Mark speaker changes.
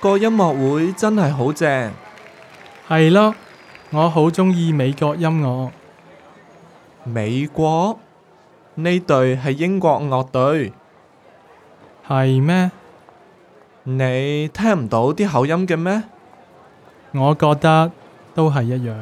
Speaker 1: 個音樂會真係好正。
Speaker 2: 係咯，我好中意美國音樂。
Speaker 1: 美國呢隊係英國樂隊，
Speaker 2: 係咩？
Speaker 1: 你聽唔到啲口音嘅咩？
Speaker 2: 我覺得都係一樣。